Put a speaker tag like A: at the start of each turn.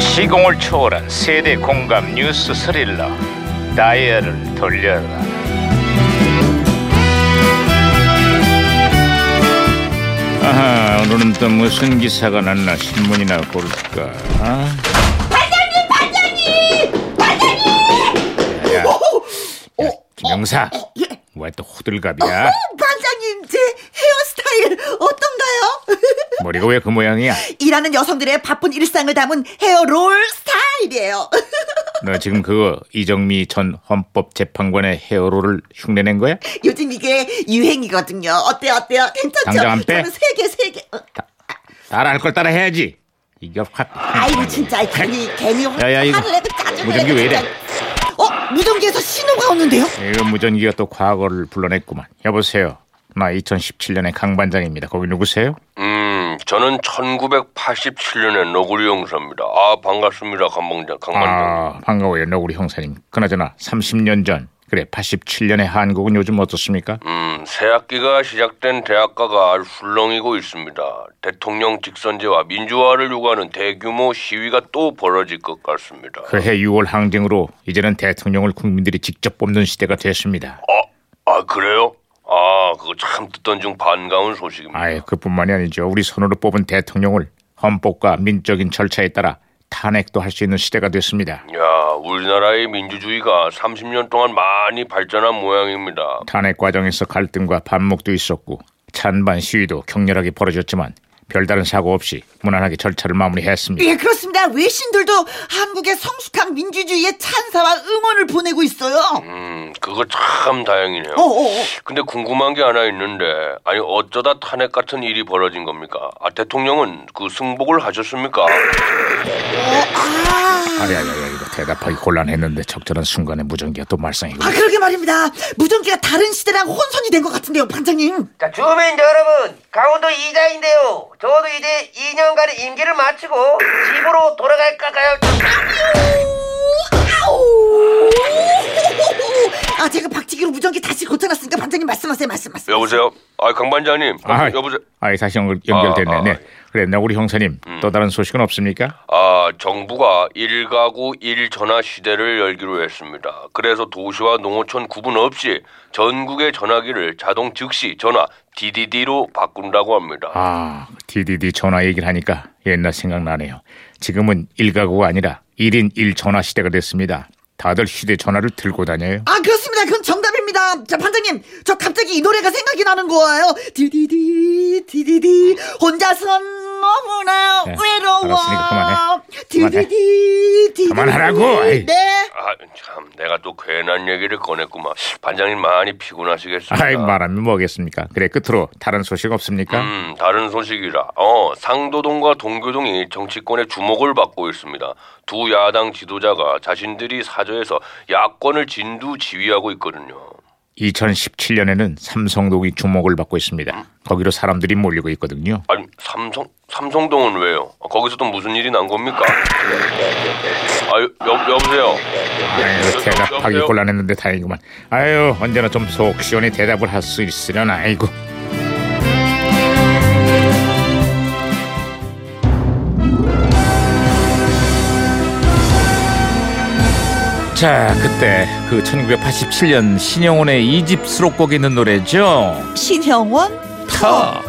A: 시공을 초월한 세대 공감 뉴스 스릴러 다이얼을 돌려라 아하 오늘은 또 무슨 기사가 났나 신문이나 볼까 아? 반장님 반장님 반장님 야, 야, 김영사 왜 또 호들갑이야
B: 반장님 제 헤어스타일 어떤가요?
A: 머리가 왜 그 모양이야
B: 일하는 여성들의 바쁜 일상을 담은 헤어롤 스타일이에요.
A: 너 지금 그거 이정미 전 헌법재판관의 헤어로를 흉내낸 거야?
B: 요즘 이게 유행이거든요. 어때요, 어때요? 괜찮죠?
A: 당장 안 빼?
B: 저는 세 개, 세 개. 어,
A: 따라 할 걸 따라 해야지. 이게 확.
B: 아이고 진짜 괜히 괜히
A: 야, 야, 이거
B: 화를 내도 짜증
A: 무전기 왜 이래?
B: 어 무전기에서 신호가 오는데요?
A: 이거 무전기가 또 과거를 불러냈구만. 여보세요. 나 2017년의 강 반장입니다. 거기 누구세요?
C: 음, 저는 1987년에 너구리 형사입니다. 아, 반갑습니다, 강방장, 강반장.
A: 아 반가워요, 너구리 형사님. 그나저나 30년 전. 그래, 87년의 한국은 요즘 어떻습니까?
C: 음, 새 학기가 시작된 대학가가 알술렁이고 있습니다. 대통령 직선제와 민주화를 요구하는 대규모 시위가 또 벌어질 것 같습니다.
A: 그해 6월 항쟁으로 이제는 대통령을 국민들이 직접 뽑는 시대가 됐습니다.
C: 아, 아, 그래요? 아, 그거 참 듣던 중 반가운 소식입니다.
A: 아예 그뿐만이 아니죠. 우리 손으로 뽑은 대통령을 헌법과 민적인 절차에 따라 탄핵도 할 수 있는 시대가 됐습니다.
C: 야, 우리나라의 민주주의가 30년 동안 많이 발전한 모양입니다.
A: 탄핵 과정에서 갈등과 반목도 있었고 찬반 시위도 격렬하게 벌어졌지만 별다른 사고 없이 무난하게 절차를 마무리했습니다.
B: 예 그렇습니다. 외신들도 한국의 성숙한 민주주의의 찬사와 응원을 보내고 있어요.
C: 음, 그거 참 다행이네요.
B: 어, 어, 어.
C: 근데 궁금한 게 하나 있는데 아니 어쩌다 탄핵 같은 일이 벌어진 겁니까? 아 대통령은 그 승복을 하셨습니까?
A: 네.
B: 아.
A: 아야야야 이거 대답하기 곤란했는데 적절한 순간에 무전기가 또 말썽이고
B: 아 그러게 말입니다. 무전기가 다른 시대랑 혼선이 된 것 같은데요, 반장님.
D: 자, 주민 여러분, 강원도 이장인데요. 저도 이제 2년간의 임기를 마치고 집으로 돌아갈까요?
B: 아우! 아 제가 박치기로 무전기 다시 고쳐놨으니까 반장님 말씀하세요 말씀하세요
C: 여보세요. 아 강반장님.
A: 아,
C: 여보세요.
A: 아 다시 연결, 연결됐네.
C: 아, 아,
A: 네.
C: 아. 음.
A: 그래, 나 우리 형사님 또 다른 소식은 없습니까?
C: 아 정부가 1가구 1전화 시대를 열기로 했습니다. 그래서 도시와 농어촌 구분 없이 전국의 전화기를 자동 즉시 전화 DDD로 바꾼다고 합니다.
A: 아, DDD 전화 얘기를 하니까 옛날 생각나네요. 지금은 일가구가 아니라 일인일 전화 시대가 됐습니다. 다들 휴대전화를 들고 다녀요.
B: 아 그렇습니다 그건 정답입니다 자 반장님 저 갑자기 이 노래가 생각이 나는 거예요 디디디 디디디 혼자선 너무나
A: 네,
B: 외로워
A: 알았으니까 그만해. 그만해.
B: 디디디 디디디
A: 그만하라고, 아이.
B: 네
C: 아 참 내가 또 괜한 얘기를 꺼냈구만. 반장님 많이 피곤하시겠습니다.
A: 아이 뭐, 말하면 뭐겠습니까? 그래 끝으로 다른 소식 없습니까?
C: 음, 다른 소식이라. 어, 상도동과 동교동이 정치권의 주목을 받고 있습니다. 두 야당 지도자가 자신들이 사저에서 야권을 진두지휘하고 있거든요.
A: 2017년에는 삼성동이 주목을 받고 있습니다. 거기로 사람들이 몰리고 있거든요.
C: 아니, 삼성 삼성동은 왜요? 아, 거기서 또 무슨 일이 난 겁니까? 아, 여, 여보세요.
A: 아유, 대답하기 곤란했는데 다행이구만. 아유, 언제나 좀 속 시원히 대답을 할 수 있으려나. 아이고. 자, 그때 그 1987년 신영훈의 이집 수록곡에 있는 노래죠.
B: 신형원
A: 터.